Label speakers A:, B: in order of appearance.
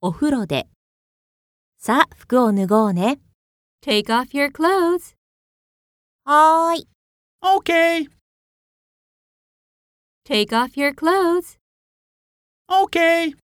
A: お風呂で。さあ、服を脱ごうね。
B: Take off your clothes.
A: はーい。
C: Okay,
B: Take off your clothes.
C: okay.